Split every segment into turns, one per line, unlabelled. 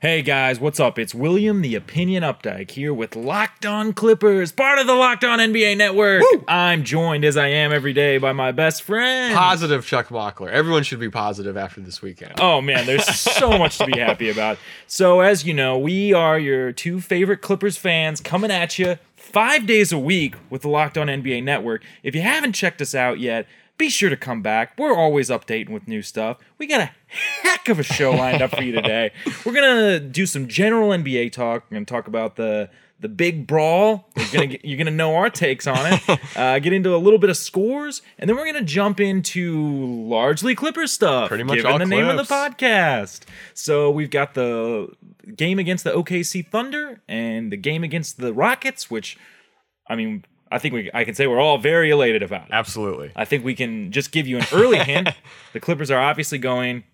Hey guys, what's up? It's William the Opinion Updike here with Locked On Clippers, part of the Locked On NBA Network.
Woo!
I'm joined as I am every day by my best friend.
Positive Chuck Mockler. Everyone should be positive after this weekend.
Oh man, there's so much to be happy about. So, as you know, we are your two favorite Clippers fans coming at you five days a week with the Locked On NBA Network. If you haven't checked us out yet, be sure to come back. We're always updating with new stuff. We got a heck of a show lined up for you today. We're gonna do some general NBA talk. We're gonna talk about the the big brawl. You're gonna get, you're gonna know our takes on it. Uh, get into a little bit of scores, and then we're gonna jump into largely Clipper stuff.
Pretty much
given
all
the name of the
Clips.
podcast. So we've got the game against the OKC Thunder and the game against the Rockets, which I mean, I think we I can say we're all very elated about. It.
Absolutely.
I think we can just give you an early hint. The Clippers are obviously going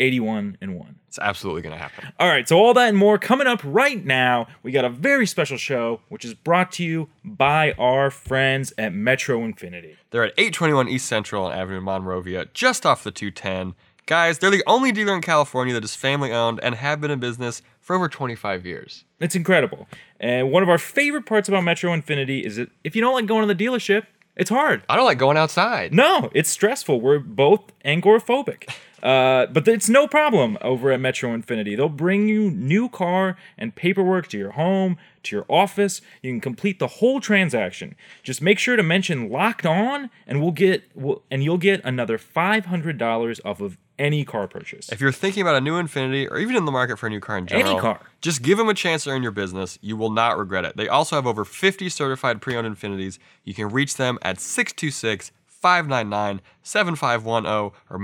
81 and 1.
It's absolutely going to happen.
All right, so all that and more coming up right now. We got a very special show, which is brought to you by our friends at Metro Infinity.
They're at 821 East Central on Avenue Monrovia, just off the 210. Guys, they're the only dealer in California that is family owned and have been in business for over 25 years.
It's incredible. And one of our favorite parts about Metro Infinity is that if you don't like going to the dealership, it's hard.
I don't like going outside.
No, it's stressful. We're both angoraphobic. Uh, but it's no problem over at Metro Infinity. They'll bring you new car and paperwork to your home, to your office. You can complete the whole transaction. Just make sure to mention "locked on," and we'll get we'll, and you'll get another five hundred dollars off of any car purchase.
If you're thinking about a new Infinity or even in the market for a new car in general,
car.
just give them a chance to earn your business. You will not regret it. They also have over 50 certified pre owned Infinities. You can reach them at 626 599 7510 or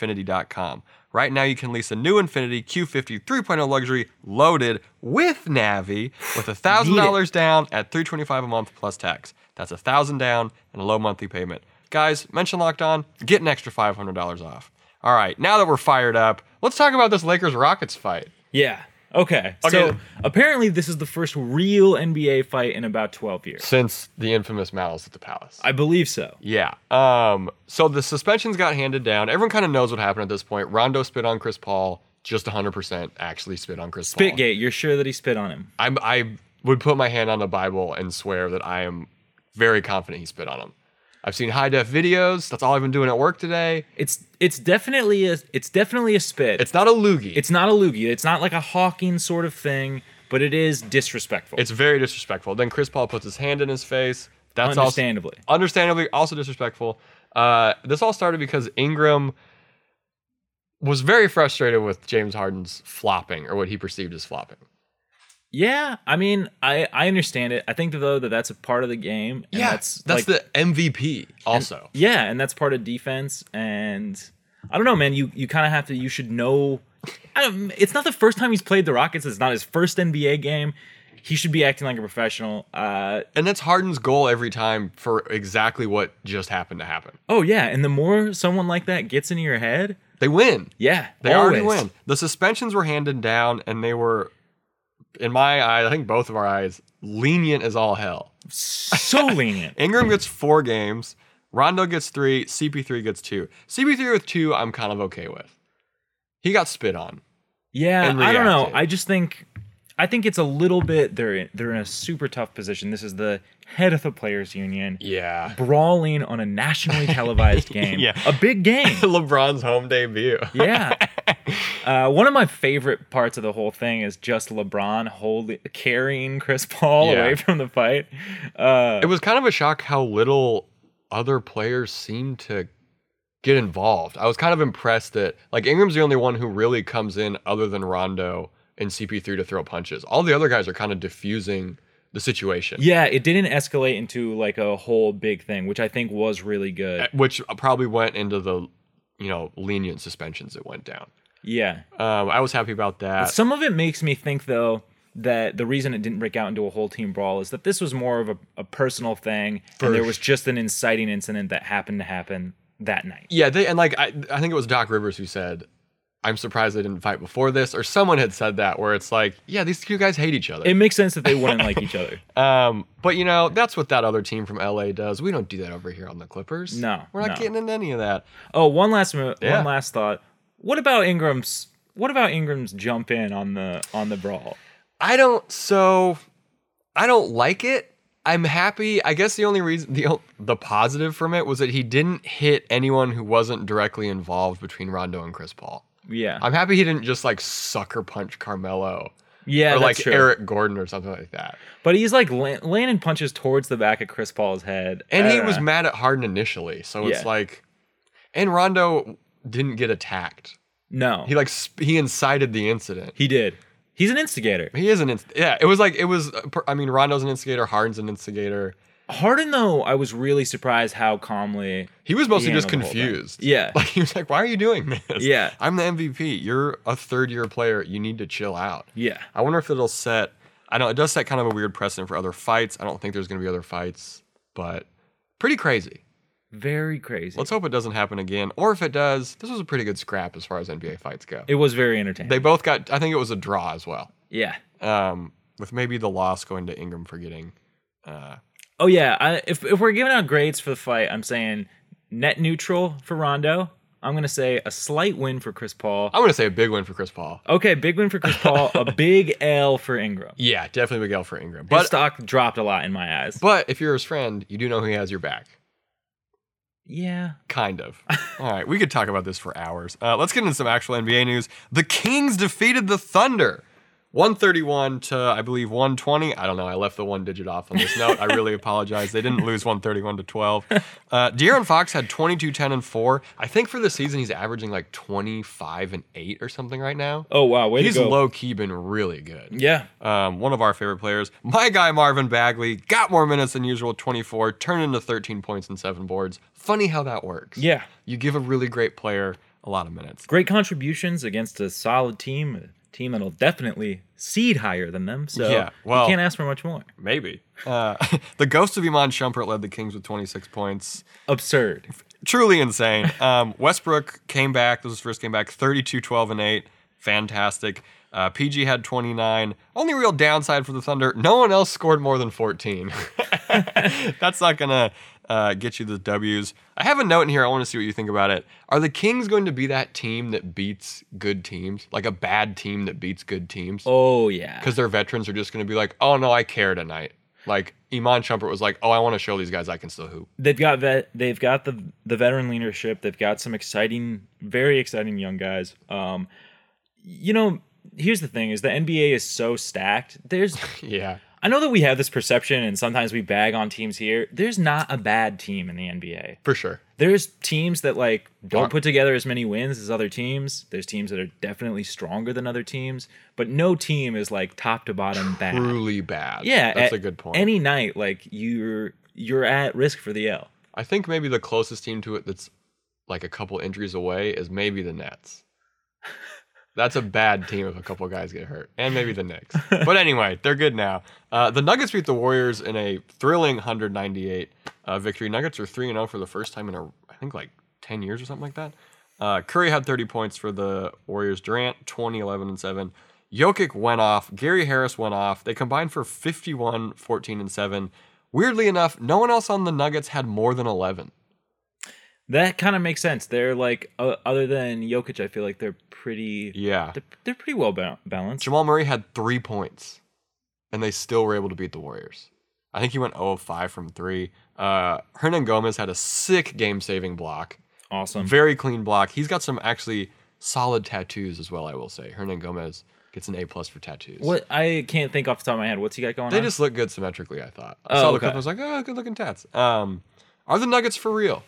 metroinfinity.com. Right now, you can lease a new Infinity Q50 3.0 Luxury loaded with Navi with $1,000 down at 325 a month plus tax. That's 1000 down and a low monthly payment. Guys, mention locked on, get an extra $500 off. All right, now that we're fired up, let's talk about this Lakers Rockets fight.
Yeah. Okay. So
Okay.
apparently, this is the first real NBA fight in about twelve years.
Since the infamous malice at the palace.
I believe so.
yeah. Um, so the suspensions got handed down. Everyone kind of knows what happened at this point. Rondo spit on Chris Paul, just 100% actually spit on Chris Paul.
Spitgate, you're sure that he spit on him?
I'm, I would put my hand on the Bible and swear that I am very confident he spit on him. I've seen high def videos. That's all I've been doing at work today.
It's it's definitely a it's definitely a spit.
It's not a loogie.
It's not a loogie. It's not like a hawking sort of thing, but it is disrespectful.
It's very disrespectful. Then Chris Paul puts his hand in his face. That's
Understandably.
Also, understandably, also disrespectful. Uh, this all started because Ingram was very frustrated with James Harden's flopping, or what he perceived as flopping.
yeah, I mean, I I understand it. I think though that that's a part of the game. And
that's that's
like-
the MVP. Also,
yeah, and that's part of defense. And I don't know, man. You you kind of have to. You should know. I don't, it's not the first time he's played the Rockets. It's not his first NBA game. He should be acting like a professional. Uh,
and that's Harden's goal every time for exactly what just happened to happen.
oh yeah, and the more someone like that gets into your head,
They win.
yeah,
They already
always.
win. The suspensions were handed down, and they were, in my eyes, I think both of our eyes, lenient as all hell.
So lenient.
Ingram gets four games. Rondo gets three. CP3 gets two. CP3 with two, I'm kind of okay with. He got spit on.
Yeah,
and
I don't know.
reacted.
I just think I think it's a little bit they're in, they're in a super tough position. This is the head of the players union
Yeah.
brawling on a nationally televised game.
Yeah.
A big game.
LeBron's home debut.
Yeah. Uh, one of my favorite parts of the whole thing is just LeBron holding carrying Chris Paul
Yeah.
away from the fight. Uh,
It was kind of a shock how little other players seemed to get involved. I was kind of impressed that like Ingram's the only one who really comes in other than Rondo and CP3 to throw punches. All the other guys are kind of diffusing the situation.
yeah, it didn't escalate into like a whole big thing, which I think was really good.
Which probably went into the, you know, lenient suspensions that went down.
Yeah.
Um, I was happy about that.
Some of it makes me think, though, that the reason it didn't break out into a whole team brawl is that this was more of a, a personal thing, and there was just an inciting incident that happened to happen that night.
Yeah, they and like I, I think it was Doc Rivers who said, "I'm surprised they didn't fight before this," or someone had said that, where it's like, yeah, these two guys hate each other.
It makes sense that they wouldn't like each other.
um, but you know, that's what that other team from LA does. We don't do that over here on the Clippers.
No,
we're not
no.
getting into any of that.
Oh, one last mo-
Yeah.
one last thought. What about Ingram's? what about Ingram's jump in on the on the brawl?
I don't. So I don't like it. I'm happy. I guess the only reason the o- the positive from it was that he didn't hit anyone who wasn't directly involved between Rondo and Chris Paul.
Yeah,
I'm happy he didn't just like sucker punch Carmelo
yeah,
or
that's
like
true.
Eric Gordon or something like that.
But he's like lan- landing punches towards the back of Chris Paul's head, Uh,
And
I
he
don't
was
know.
mad at Harden initially, so it's
Yeah.
like, and Rondo didn't get attacked.
no,
He like sp- he incited the incident.
he did. He's an instigator.
He is an inst- yeah. It was like it was. uh, per- I mean, Rondo's an instigator. Harden's an instigator.
Harden though, I was really surprised how calmly.
He was mostly
Yeah,
just
the whole thing.
confused.
Yeah.
Like he was like, "Why are you doing this?
Yeah.
I'm the MVP. You're a third year player. You need to chill out."
Yeah,
I wonder if it'll set. I know it does set kind of a weird precedent for other fights. I don't think there's going to be other fights, but pretty crazy.
very crazy.
Let's hope it doesn't happen again. Or if it does, this was a pretty good scrap as far as NBA fights go.
it was very entertaining.
They both got. I think it was a draw as well.
yeah.
Um, with maybe the loss going to Ingram for getting. Uh,
Oh yeah. I, if if we're giving out grades for the fight, I'm saying net neutral for Rondo. I'm gonna say a slight win for Chris Paul.
I'm going to say a big win for Chris Paul.
Okay, big win for Chris Paul. a big L for Ingram.
Yeah, definitely Miguel for Ingram.
His
But
stock dropped a lot in my eyes.
but if you're his friend, you do know he has your back.
yeah.
Kind of. All right, we could talk about this for hours. Uh, let's get into some actual NBA news. The Kings defeated the Thunder. 131 to, I believe, 120. I don't know. I left the one digit off on this note. I really apologize. They didn't lose 131 to 12. Uh, De'Aaron Fox had 22, 10, and 4. I think for the season, he's averaging like 25 and 8 or something right now.
Oh wow, way
he's
to go.
low key been really good
Yeah.
um, one of our favorite players. My guy Marvin Bagley got more minutes than usual, 24, turned into 13 points and seven boards. Funny how that works.
Yeah.
You give a really great player a lot of minutes.
Great contributions against a solid team, a team that'll definitely seed higher than them. So
Yeah,
yeah,
well-
you can't ask for much more.
Maybe. Uh, the ghost of Iman Shumpert led the Kings with 26 points.
Absurd.
Truly insane. Um, Westbrook came back. This was his first game back, 32, 12, and 8. Fantastic. Uh, PG had 29. Only real downside for the Thunder, no one else scored more than 14. That's not going to uh, get you the W's. I have a note in here. I want to see what you think about it. Are the Kings going to be that team that beats good teams? Like a bad team that beats good teams?
Oh yeah.
Because their veterans are just going to be like, oh, no, I care tonight. Like Iman Shumpert was like, oh, I want to show these guys I can still hoop.
They've got vet, they've got the the veteran leadership. They've got some exciting, very exciting young guys. Um, you know, here's the thing: is the NBA is so stacked. There's
Yeah.
I know that we have this perception, and sometimes we bag on teams here. There's not a bad team in the NBA.
For sure.
There's teams that like
Well-
don't put together as many wins as other teams. There's teams that are definitely stronger than other teams, but no team is like top to bottom bad.
Truly bad.
Yeah,
That's
at
a good point.
Any night, like you're you're at risk for the L.
I think maybe the closest team to it that's like a couple injuries away is maybe the Nets. That's a bad team if a couple guys get hurt, and maybe the Knicks. But anyway, they're good now. Uh, the Nuggets beat the Warriors in a thrilling 198 uh, victory. Nuggets are three and zero for the first time in a, I think like 10 years or something like that. Uh, Curry had 30 points for the Warriors. Durant 20, 11, and seven. Jokic went off. Gary Harris went off. They combined for 51, 14, and seven. Weirdly enough, no one else on the Nuggets had more than 11.
That kind of makes sense. They're like uh, other than Jokic, I feel like they're pretty
Yeah.
they're, they're pretty well ba- balanced.
Jamal Murray had three points, and they still were able to beat the Warriors. I think he went 0 of 5 from three. Uh, Hernan Gomez had a sick game saving block,
Awesome.
very clean block. He's got some actually solid tattoos as well, I will say. Hernan Gomez gets an A plus for tattoos.
What I can't think off the top of my head. What's he got going
They
on?
just look good symmetrically, I thought. I
Oh,
saw the
okay.
clip, I was like, oh, good looking tats. Um, are the Nuggets for real?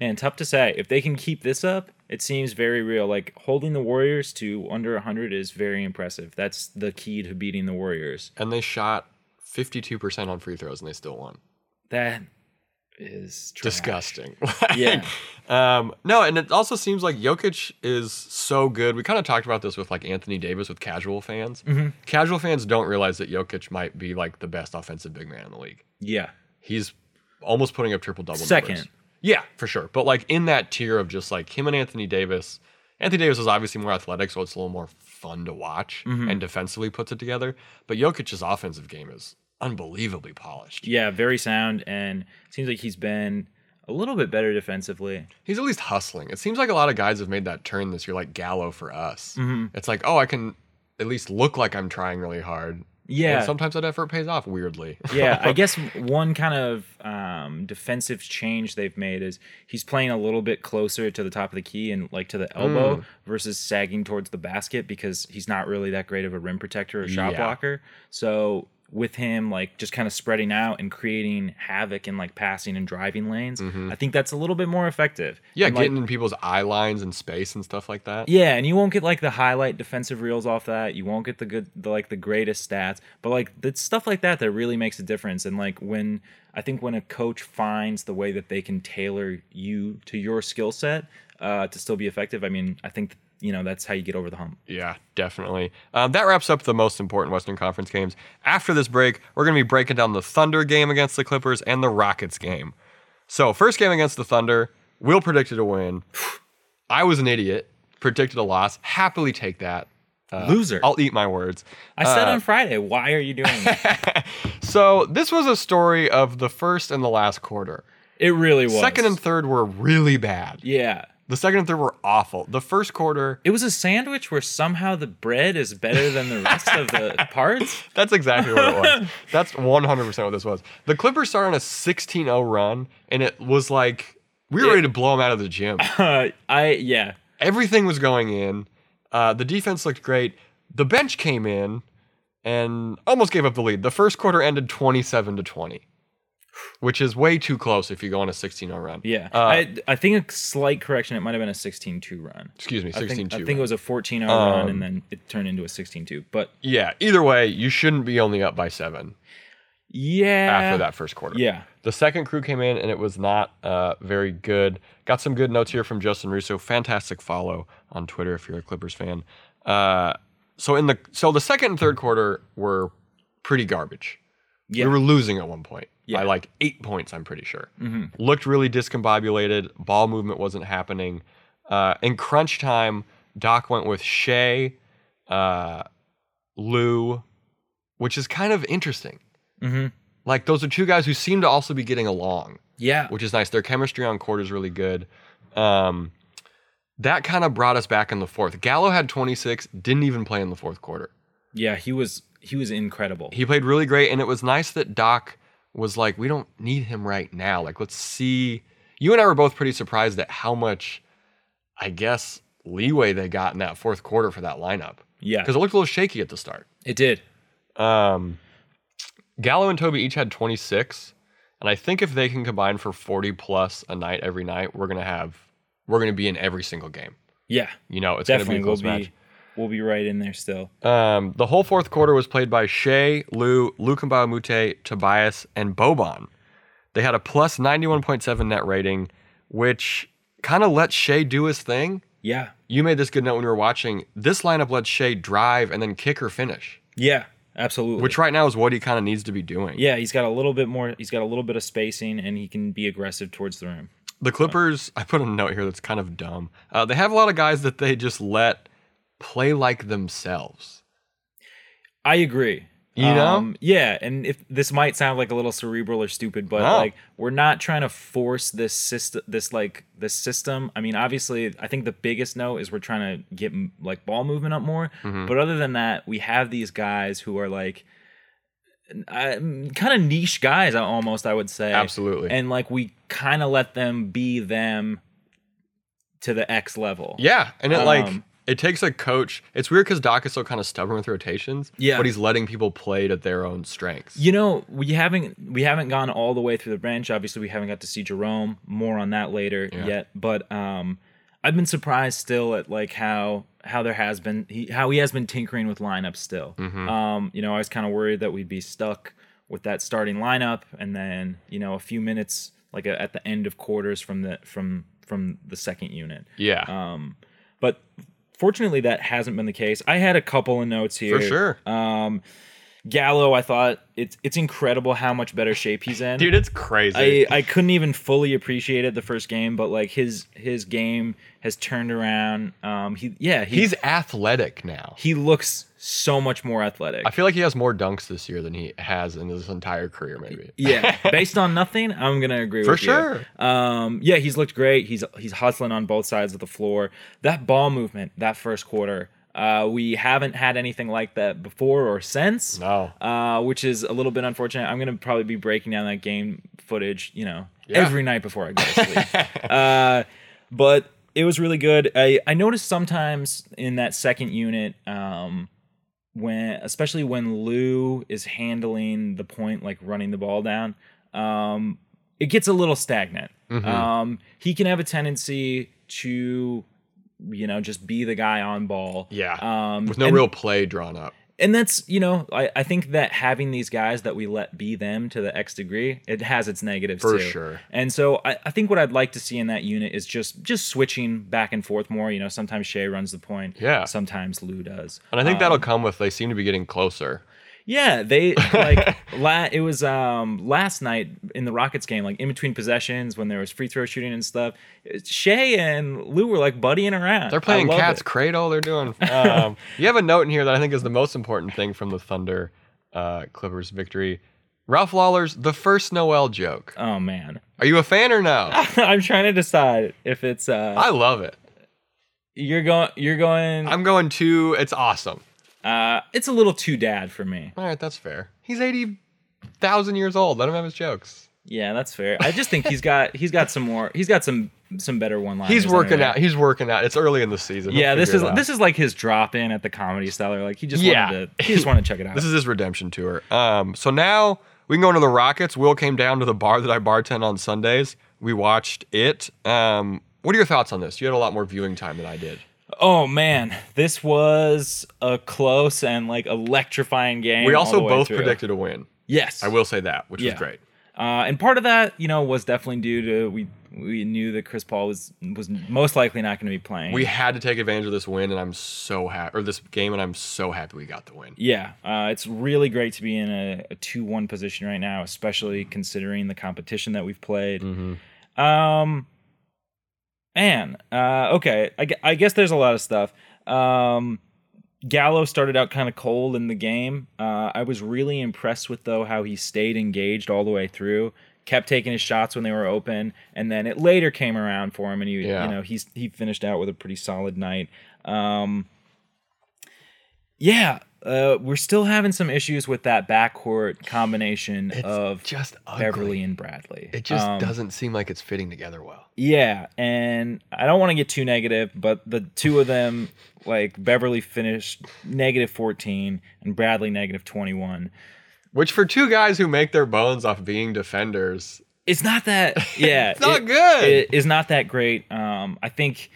Man, tough to say. If they can keep this up, it seems very real. Like holding the Warriors to under 100 is very impressive. That's the key to beating the Warriors.
And they shot 52% on free throws, and they still won.
That is trash.
disgusting.
Yeah.
Um, no, and it also seems like Jokic is so good. We kind of talked about this with like Anthony Davis with casual fans. Casual fans don't realize that Jokic might be like the best offensive big man in the league.
Yeah.
He's almost putting up triple double.
Second.
Yeah, for sure. But like in that tier of just like him and Anthony Davis. Anthony Davis is obviously more athletic, so it's a little more fun to watch and defensively puts it together. But Jokic's offensive game is unbelievably polished.
Yeah, very sound and seems like he's been a little bit better defensively.
He's at least hustling. It seems like a lot of guys have made that turn this year, like Gallo for us.
Mm-hmm.
It's like, oh, I can at least look like I'm trying really hard.
Yeah.
And sometimes that effort pays off weirdly.
yeah, I guess one kind of um, defensive change they've made is he's playing a little bit closer to the top of the key and like to the elbow
Hmm.
versus sagging towards the basket because he's not really that great of a rim protector or shot
Yeah.
blocker. So with him like just kind of spreading out and creating havoc and like passing and driving lanes, I think that's a little bit more effective.
Mm-hmm. yeah,
And, like,
getting in people's eye lines and space and stuff like that.
yeah, and you won't get like the highlight defensive reels off that. You won't get the good, the, like the greatest stats, but like it's stuff like that that really makes a difference. And like when I think when a coach finds the way that they can tailor you to your skill set uh, to still be effective, I mean, I think you know that's how you get over the hump.
Yeah, definitely. Um, that wraps up the most important Western Conference games. After this break, we're going to be breaking down the Thunder game against the Clippers and the Rockets game. So, first game against the Thunder, Will predicted a win. I was an idiot, predicted a loss. Happily take that. Uh,
Loser.
I'll uh, eat my words.
I said on Friday, why are you doing that?
So, this was a story of the first and the last quarter.
it really was
Second and third were really bad.
yeah.
The second and third were awful. The first quarter,
It was a sandwich where somehow the bread is better than the rest of the parts.
That's exactly what it was. That's 100% what this was. The Clippers started on a 16 0 run, and it was like we were ready to blow them out of the gym.
Uh, I yeah,
Everything was going in. Uh, the defense looked great. The bench came in and almost gave up the lead. The first quarter ended 27 to 20, which is way too close if you go on a 16 0 run.
Yeah.
Uh,
I, I think a slight correction. It might have been a 16 2 run.
excuse me,
I
16
think,
2.
I think it was a 14 0
Um,
run and then it turned into a 16 2. But
yeah, either way, you shouldn't be only up by seven
yeah.
after that first quarter.
Yeah.
The second crew came in and it was not uh, very good. Got some good notes here from Justin Russo. Fantastic follow on Twitter if you're a Clippers fan. Uh, so in the so the second and third quarter were pretty garbage.
Yeah.
We were losing at one point
Yeah. Mm-hmm.
by like eight points, I'm pretty sure. Looked really discombobulated. Ball movement wasn't happening. Uh, in crunch time, Doc went with Shea, uh, Lou, which is kind of interesting.
Mhm.
Like those are two guys who seem to also be getting along,
Yeah.
which is nice. Their chemistry on court is really good. Um, that kind of brought us back in the fourth. Gallo had 26, didn't even play in the fourth quarter.
Yeah. He was he was incredible.
He played really great, and it was nice that Doc was like, "We don't need him right now. Like, let's see." You and I were both pretty surprised at how much, I guess, leeway they got in that fourth quarter for that lineup
yeah.
because it looked a little shaky at the start.
It did.
Um, Gallo and Toby each had 26, and I think if they can combine for 40 plus a night every night, we're gonna have we're gonna be in every single game.
Yeah.
You know, it's
Definitely.
gonna be a
We'll
close
be
match.
we'll be right in there still.
Um, the whole fourth quarter was played by Shea, Lou, Lukumba Mute, Tobias, and Boban. They had a plus 91.7 net rating, which kind of let Shea do his thing.
Yeah.
You made this good note when we were watching. This lineup let Shea drive and then kick or finish,
Yeah. Absolutely.
which right now is what he kind of needs to be doing.
yeah, he's got a little bit more. He's got a little bit of spacing, and he can be aggressive towards the rim.
The Clippers, I put a note here that's kind of dumb. Uh, they have a lot of guys that they just let play like themselves.
I agree. Um,
You know?
yeah, and if this might sound like a little cerebral or stupid, but
No.
like we're not trying to force this system. This like this system. I mean, obviously, I think the biggest note is we're trying to get m- like ball movement up more.
Mm-hmm.
But other than that, we have these guys who are like kind of niche guys. I- Almost, I would say.
Absolutely.
And like we kind of let them be them to the X level.
Yeah, and it like
Um,
it takes a coach. It's weird because Doc is so kind of stubborn with rotations.
Yeah.
but he's letting people play to their own strengths.
You know, we haven't we haven't gone all the way through the branch. Obviously, we haven't got to see Jerome. More on that later
Yeah.
yet. But um, I've been surprised still at like how how there has been he, how he has been tinkering with lineups still.
Mm-hmm.
Um, you know, I was kind of worried that we'd be stuck with that starting lineup, and then you know a few minutes like a, at the end of quarters from the from from the second unit.
yeah,
Um, but fortunately, that hasn't been the case. I had a couple of notes here
for sure.
um, Gallo, I thought it's it's incredible how much better shape he's in.
Dude, it's crazy.
I, I couldn't even fully appreciate it the first game, but like his his game has turned around. Um, he yeah he,
He's athletic now.
he looks so much more athletic.
I feel like he has more dunks this year than he has in his entire career, maybe.
yeah, based on nothing, I'm gonna agree
For
with you.
sure.
Um, yeah, he's looked great. He's he's hustling on both sides of the floor. That ball movement, that first quarter, uh, we haven't had anything like that before or since.
No.
Uh, which is a little bit unfortunate. I'm gonna probably be breaking down that game footage, you know,
Yeah.
every night before I go to sleep. uh, but it was really good. I I noticed sometimes in that second unit, um, when especially when Lou is handling the point, like running the ball down, um, it gets a little stagnant.
Mm-hmm.
Um, he can have a tendency to, you know, just be the guy on ball.
Yeah.
Um,
With no
and-
real play drawn up.
and that's you know I, I think that having these guys that we let be them to the x degree it has its negatives
For
too.
sure.
and so I, I think what i'd like to see in that unit is just just switching back and forth more you know sometimes shea runs the point
Yeah.
sometimes lou does
And I think
um,
that'll come with they seem to be getting closer.
yeah, they like la- it was um last night in the Rockets game, like in between possessions when there was free throw shooting and stuff. Shea and Lou were like buddying around.
They're playing
I love
cat's
it.
cradle. They're doing. Um, you have a note in here that I think is the most important thing from the Thunder uh, Clippers victory. Ralph Lawler's the first Noel joke.
Oh man,
Are you a fan or no?
I'm trying to decide if it's uh
I love it.
you're going you're going.
I'm going to. It's awesome.
Uh, it's a little too dad for me.
All right, that's fair. He's eighty thousand years old. Let him have his jokes.
Yeah, that's fair. I just think he's got he's got some more. He's got some some better one liners.
He's working out. He's working out. It's early in the season. He'll
Yeah, this
figure
is
it out.
this is like his drop in at the comedy cellar. Like he just
Yeah.
wanted to he just wanted to check it out.
This is his redemption tour. Um, so now we can go into the Rockets. Will came down to the bar that I bartend on Sundays. We watched it. Um, what are your thoughts on this? You had a lot more viewing time than I did.
oh man, this was a close and like electrifying game.
we
all the
also
way
both
through.
predicted a win.
Yes,
I will say that, which
Yeah.
was great.
Uh, and part of that, you know, was definitely due to we we knew that Chris Paul was was most likely not going to be playing.
We had to take advantage of this win, and I'm so happy, or this game, and I'm so happy we got the win.
Yeah, uh, it's really great to be in a, a 2 1 position right now, especially considering the competition that we've played.
Mm-hmm.
Um, man, uh, okay, I, gue- I guess there's a lot of stuff. Um, Gallo started out kind of cold in the game. Uh, I was really impressed with, though, how he stayed engaged all the way through. Kept taking his shots when they were open, and then it later came around for him, and he,
Yeah.
you know, he's he finished out with a pretty solid night. Um, yeah, uh, we're still having some issues with that backcourt combination of
just ugly.
Beverly and Bradley.
It just
Um,
doesn't seem like it's fitting together well.
Yeah, and I don't want to get too negative, but the two of them, like Beverly finished negative 14 and Bradley negative 21.
Which for two guys who make their bones off being defenders,
It's not that, yeah,
It's not good.
It is not that great. Um, I think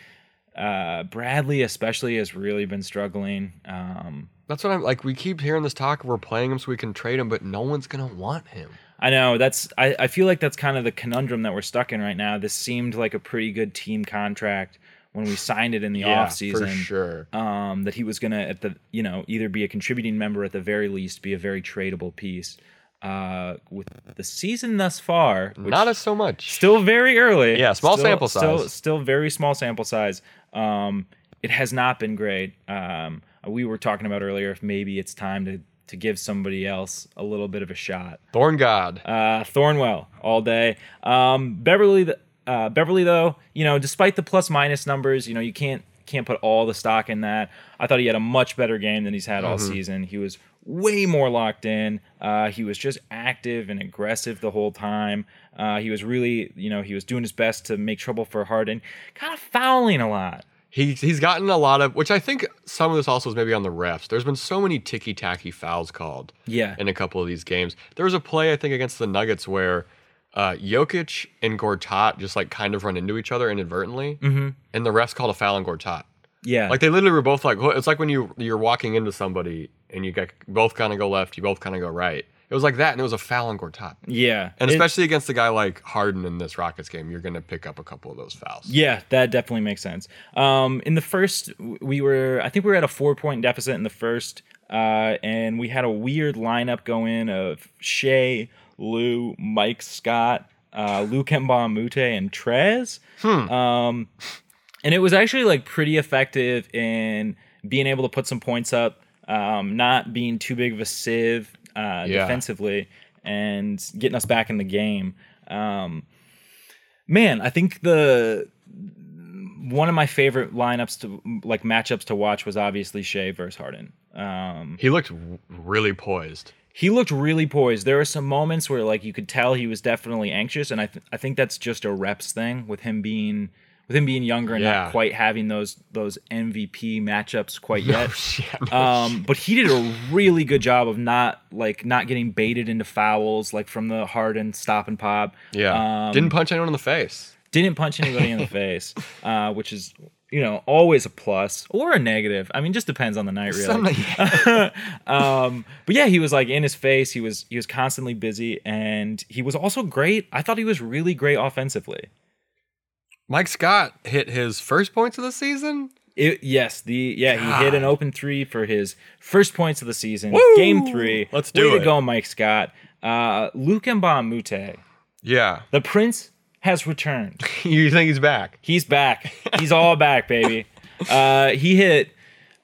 uh, Bradley, especially, has really been struggling. Um,
that's what I'm like. We keep hearing this talk. We're playing him so we can trade him, but no one's gonna want him.
I know that's I, I feel like that's kind of the conundrum that we're stuck in right now. This seemed like a pretty good team contract when we signed it in the
Yeah,
offseason.
for sure.
Um, that he was gonna at the you know, either be a contributing member at the very least, be a very tradable piece. Uh with the season thus far, which
Not as so much.
still very early.
Yeah, small
still-
sample
Still,
size.
still very small sample size. Um, it has not been great. Um, we were talking about earlier if maybe it's time to to give somebody else a little bit of a shot.
Thorn God.
Uh, Thornwell all day. Um, Beverly, th- uh, Beverly though, you know, despite the plus minus numbers, you know, you can't can't put all the stock in that. I thought he had a much better game than he's had all
Mm-hmm.
season. He was way more locked in. Uh, he was just active and aggressive the whole time. Uh, he was really, you know, he was doing his best to make trouble for Harden, kind of fouling a lot.
He, he's gotten a lot of, which I think some of this also is maybe on the refs. There's been so many ticky tacky fouls called
Yeah.
in a couple of these games. There was a play, I think, against the Nuggets where uh, Jokic and Gortat just like kind of run into each other inadvertently, mm-hmm. and the refs called a foul on Gortat.
Yeah.
Like they literally were both like, "Whoa," it's like when you you're walking into somebody and you got, both kind of go left, you both kind of go right. It It was like that, and it was a foul on Gortat.
Yeah.
And
It-
especially against a guy like Harden in this Rockets game, you're going to pick up a couple of those fouls.
Yeah, that definitely makes sense. Um, in the first, w- we were, I think we were at a four point deficit in the first, uh, and we had a weird lineup going of Shea, Lou, Mike Scott, uh, Luke Mbamute, and Trez. Um, and it was actually like pretty effective in being able to put some points up, um, not being too big of a sieve uh,
Yeah.
defensively, and getting us back in the game. Um, man, I think the one of my favorite lineups to like matchups to watch was obviously Shea versus Harden. Um,
He looked w- really poised.
he looked really poised. There were some moments where like you could tell he was definitely anxious, and I th- I think that's just a reps thing with him being with him being younger and
Yeah.
not quite having those those MVP matchups quite yet.
Yeah.
Um, but he did a really good job of not like not getting baited into fouls like from the Harden stop and pop.
yeah.
um,
Didn't punch anyone in the face.
didn't punch anybody in the face, uh, which is you know always a plus or a negative. I mean, just depends on the night, really.
Some-
um, but yeah, he was like in his face. He was he was constantly busy, and he was also great. I thought he was really great offensively.
Mike Scott hit his first points of the season.
It, yes, the yeah he hit an open three for his first points of the season,
Woo!
game three.
Let's
Way
do
to
it.
go, Mike Scott. Uh, Luke Mbamute,
Yeah.
the prince has returned.
you think he's back?
He's back. He's all back, baby. Uh, he hit.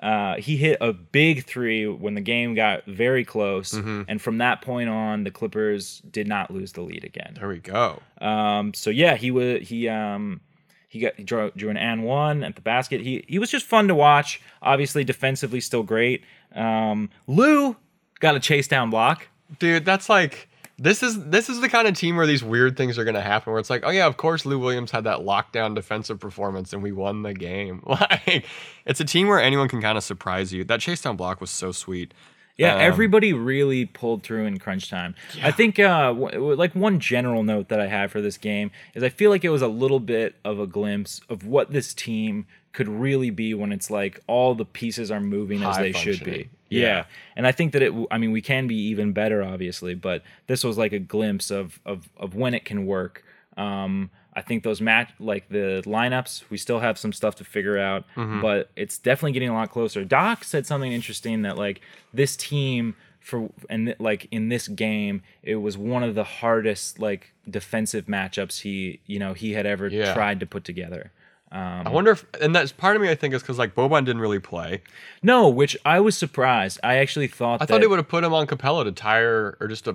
Uh, he hit a big three when the game got very close, and from that point on, the Clippers did not lose the lead again.
There we go.
Um, so yeah, he was he um he got he drew, drew an and one at the basket. He he was just fun to watch. Obviously, defensively still great. Um, Lou got a chase down block.
Dude, that's like this is this is the kind of team where these weird things are gonna happen where it's like, oh yeah, of course Lou Williams had that lockdown defensive performance and we won the game. Like it's a team where anyone can kind of surprise you. That chase down block was so sweet.
Yeah,
Um,
everybody really pulled through in crunch time. I think, uh, w- w- like, one general note that I have for this game is I feel like it was a little bit of a glimpse of what this team could really be when it's like all the pieces are moving as
High
they should be.
functioning.
Yeah.
Yeah.
And I think that it, w- I mean, we can be even better, obviously, but this was like a glimpse of, of, of when it can work. Um, I think those match like the lineups, we still have some stuff to figure out,
Mm-hmm.
but it's definitely getting a lot closer. Doc said something interesting that like this team for and th- like in this game, it was one of the hardest like defensive matchups he you know he had ever
Yeah.
tried to put together.
I wonder if and that's part of me I think is because like Boban didn't really play.
No, which I was surprised. I actually thought
I
that,
thought it would have put him on Capella to tire or just to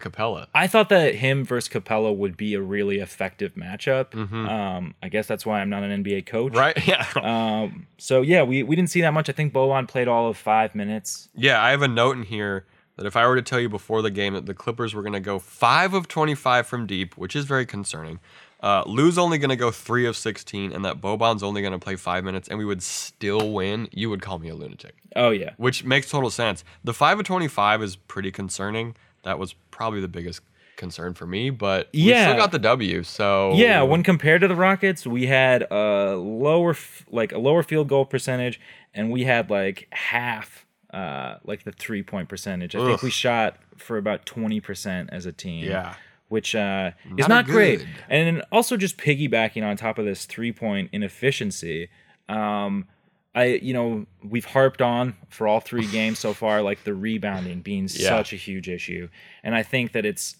Capella.
I thought that him versus Capella would be a really effective matchup. Um, I guess that's why I'm not an NBA coach.
Mm-hmm. Right? Yeah.
Um, so yeah, we, we didn't see that much. I think Boban played all of five minutes.
Yeah, I have a note in here that if I were to tell you before the game that the Clippers were going to go 5 of 25 from deep, which is very concerning, uh, Lou's only going to go 3 of 16, and that Boban's only going to play 5 minutes, and we would still win, you would call me a lunatic,
Oh yeah,
which makes total sense. The 5 of 25 is pretty concerning. That was probably the biggest concern for me, but we
Yeah.
still got the W, so.
yeah. When compared to the Rockets, we had a lower f- like a lower field goal percentage, and we had like half uh like the three point percentage. I think we shot for about twenty percent as a team.
Yeah. Mm.
Which uh, is
Not
not great,
good.
and also just piggybacking on top of this three point inefficiency. Um, I you know we've harped on for all three games so far, like the rebounding being such a huge issue, and I think that it's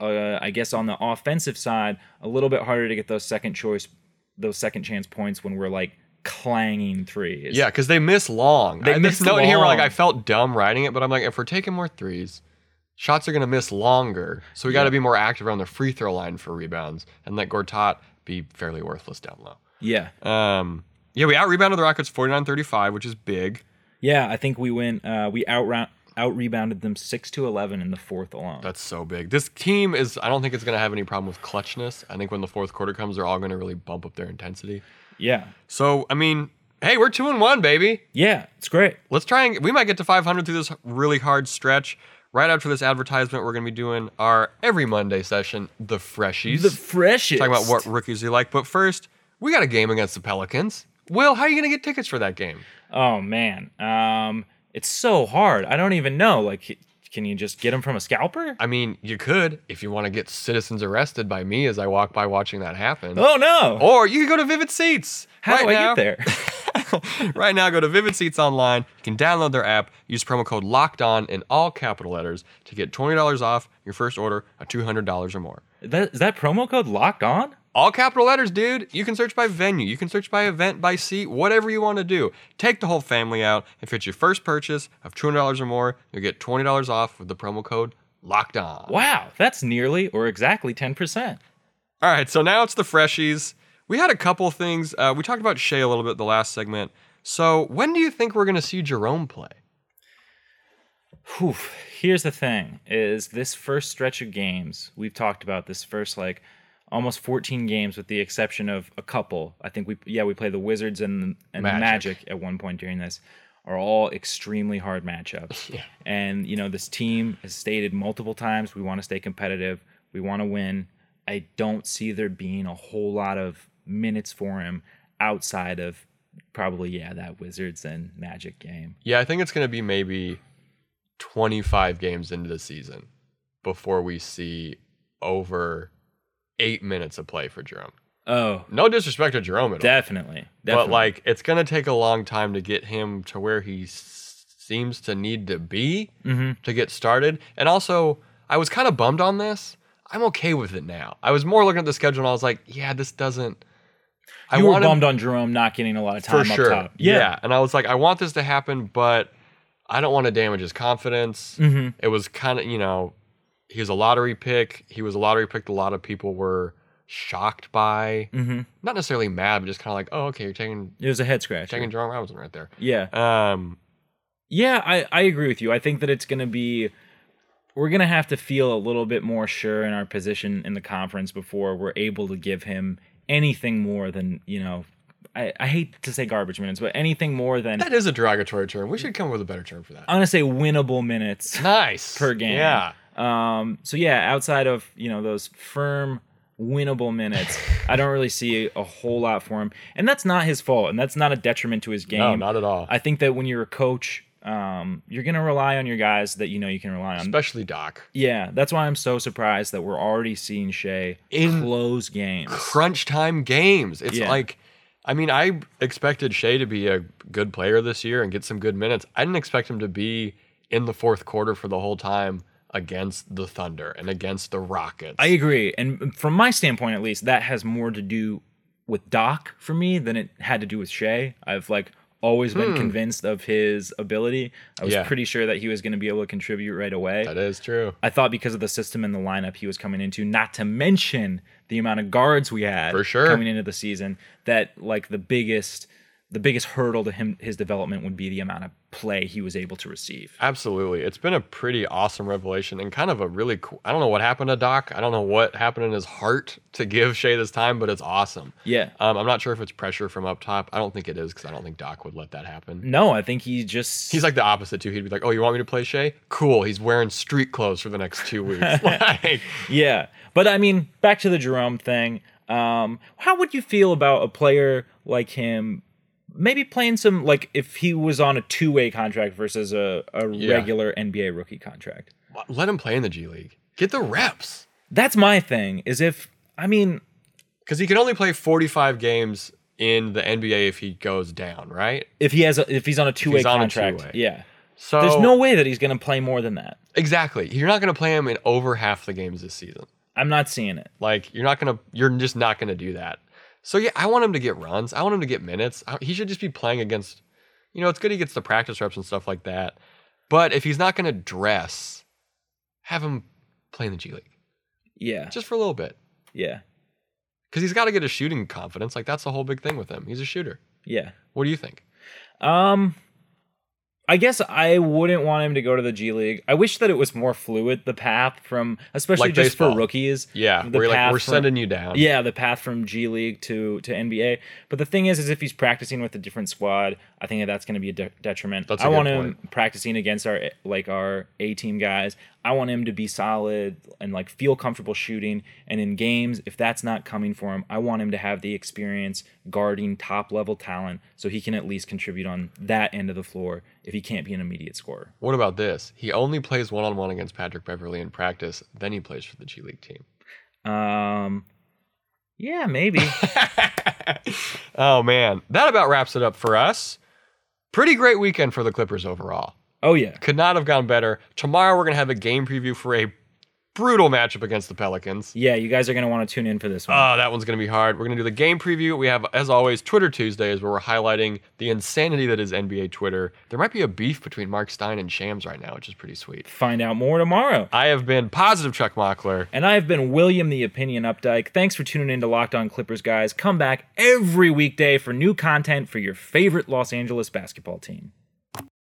uh, I guess on the offensive side a little bit harder to get those second choice, those second chance points when we're like clanging threes.
Yeah, because they miss long.
They
I, this
miss
note here where like
long.
I felt dumb writing it, but I'm like, if we're taking more threes, shots are gonna miss longer. So we got to be more active around the free throw line for rebounds, and let Gortat be fairly worthless down low.
yeah,
Um, yeah, we out rebounded the Rockets 49-35, which is big.
yeah. I think we went uh, we out out rebounded them six to eleven in the fourth alone.
That's so big. This team is. I don't think it's gonna have any problem with clutchness. I think when the fourth quarter comes, they're all gonna really bump up their intensity.
yeah,
So I mean, hey, we're two and one, baby.
yeah. It's great.
let's try and we might get to 500 through this really hard stretch. Right after this advertisement, we're going to be doing our every Monday session, the freshies,
The freshest.
talking about what rookies you like. But first, we got a game against the Pelicans. Will, how are you going to get tickets for that game?
Oh man, um, it's so hard. I don't even know. Like, Can you just get them from a scalper?
I mean, you could if you want to get citizens arrested by me as I walk by watching that happen.
Oh no!
Or you can go to Vivid Seats.
How
right
do I
now,
get there?
right now, go to Vivid Seats online. You can download their app. Use promo code Locked On in all capital letters to get twenty dollars off your first order of two hundred dollars or more.
That, is that promo code locked on?
All capital letters, dude. You can search by venue, you can search by event, by seat, whatever you want to do. Take the whole family out. If it's your first purchase of two hundred dollars or more, you'll get twenty dollars off with the promo code Locked On.
Wow, that's nearly or exactly ten percent.
All right, so now it's the freshies. We had a couple things. Uh, we talked about Shea a little bit the last segment. So when do you think we're going to see Jerome play?
Whew. Here's the thing: is this first stretch of games we've talked about this first like almost 14 games, with the exception of a couple. I think we yeah we play the Wizards and and the
Magic.
Magic at one point during this are all extremely hard matchups.
Yeah.
And you know this team has stated multiple times we want to stay competitive, we want to win. I don't see there being a whole lot of minutes for him outside of probably yeah that Wizards and Magic game.
Yeah, I think it's going to be maybe 25 games into the season before we see over eight minutes of play for Jerome.
Oh,
No disrespect to Jerome at all,
Definitely. definitely.
but like it's going to take a long time to get him to where he s- seems to need to be
Mm-hmm.
to get started. And also, I was kind of bummed on this. I'm okay with it now. I was more looking at the schedule and I was like, yeah, this doesn't. I
you were
want him-
bummed on Jerome not getting a lot of time
for
up
sure.
top.
Yeah. and I was like, I want this to happen, but I don't want to damage his confidence.
Mm-hmm.
It was kind of, you know, he was a lottery pick. He was a lottery pick. that A lot of people were shocked by,
Mm-hmm.
not necessarily mad, but just kind of like, oh, okay, you're taking
It was a head scratch.
taking Jerome Robinson right there.
Yeah.
Um,
Yeah, I, I agree with you. I think that it's going to be, we're going to have to feel a little bit more sure in our position in the conference before we're able to give him anything more than, you know, I, I hate to say garbage minutes, but anything more than, I'm
that is a derogatory term. We should come up with a better term for that.
going to say winnable minutes.
nice
per game.
Yeah,
Um, so yeah, outside of you know those firm winnable minutes, I don't really see a whole lot for him, and that's not his fault, and that's not a detriment to his game.
no, not at all.
I think that when you're a coach, um, you're gonna rely on your guys that you know you can rely on.
Especially Doc.
yeah, that's why I'm so surprised that we're already seeing Shea
In-
close games.
crunch time games. It's
Yeah.
like, I mean, I expected Shea to be a good player this year and get some good minutes. I didn't expect him to be in the fourth quarter for the whole time against the Thunder and against the Rockets.
I agree, and from my standpoint at least, that has more to do with Doc for me than it had to do with Shea. I've like always been convinced of his ability. I was
Hmm. Yeah.
pretty sure that he was going to be able to contribute right away.
that is true.
I thought because of the system and the lineup he was coming into, not to mention the amount of guards we had
For sure.
coming into the season, that like the biggest the biggest hurdle to him his development would be the amount of play he was able to receive.
Absolutely. It's been a pretty awesome revelation and kind of a really cool. I don't know what happened to Doc. I don't know what happened in his heart to give Shea this time, but it's awesome.
Yeah.
Um, I'm not sure if it's pressure from up top. I don't think it is because I don't think Doc would let that happen.
No, I think he just
He's like the opposite too. He'd be like, "Oh, you want me to play Shay? Cool. He's wearing street clothes for the next two weeks." like,
Yeah. But I mean, back to the Jerome thing. Um, how would you feel about a player like him maybe playing some like if he was on a two way contract versus a, a regular NBA rookie contract?
let him play in the G League. Get the reps
That's my thing, is if I mean,
because he can only play 45 games in the NBA if he goes down, right?
if he has a, if he's on a two way
on a
contract.
two-way. Oh.
Yeah.
So
There's no way that he's gonna play more than that.
exactly. You're not going to play him in over half the games this season.
I'm not seeing it.
Like you're not gonna, you're just not gonna do that. So yeah, I want him to get runs. I want him to get minutes. I, he should just be playing against, you know, it's good he gets the practice reps and stuff like that. But if he's not gonna dress, have him play in the G League
Yeah.
just for a little bit
Yeah.
because he's got to get his shooting confidence. Like that's the whole big thing with him. He's a shooter.
Yeah.
What do you think?
Um, I guess I wouldn't want him to go to the G League. I wish that it was more fluid the path from, especially
Like
just
baseball.
for rookies.
Yeah,
the
we're like
path
we're
from-
sending you down.
Yeah, the path from G League to to NBA. But the thing is, is if he's practicing with a different squad, I think that that's going to be a de- detriment.
That's a
I
good
want him practicing against our like our A team guys. I want him to be solid and like feel comfortable shooting. And in games, if that's not coming for him, I want him to have the experience guarding top level talent so he can at least contribute on that end of the floor if he can't be an immediate scorer.
What about this? He only plays one on one against Patrick Beverly in practice, then he plays for the G League team.
Um, yeah, maybe.
oh, man. That about wraps it up for us. Pretty great weekend for the Clippers overall.
oh, yeah.
Could not have gone better. Tomorrow, we're going to have a game preview for a brutal matchup against the Pelicans.
Yeah, you guys are going to want to tune in for this one.
Oh, that one's going to be hard. We're going to do the game preview. We have, as always, Twitter Tuesdays where we're highlighting the insanity that is NBA Twitter. There might be a beef between Mark Stein and Shams right now, which is pretty sweet.
Find out more tomorrow.
I have been positive Chuck Mockler.
And I have been William the Opinion Updike. Thanks for tuning in to Locked On Clippers, guys. Come back every weekday for new content for your favorite Los Angeles basketball team.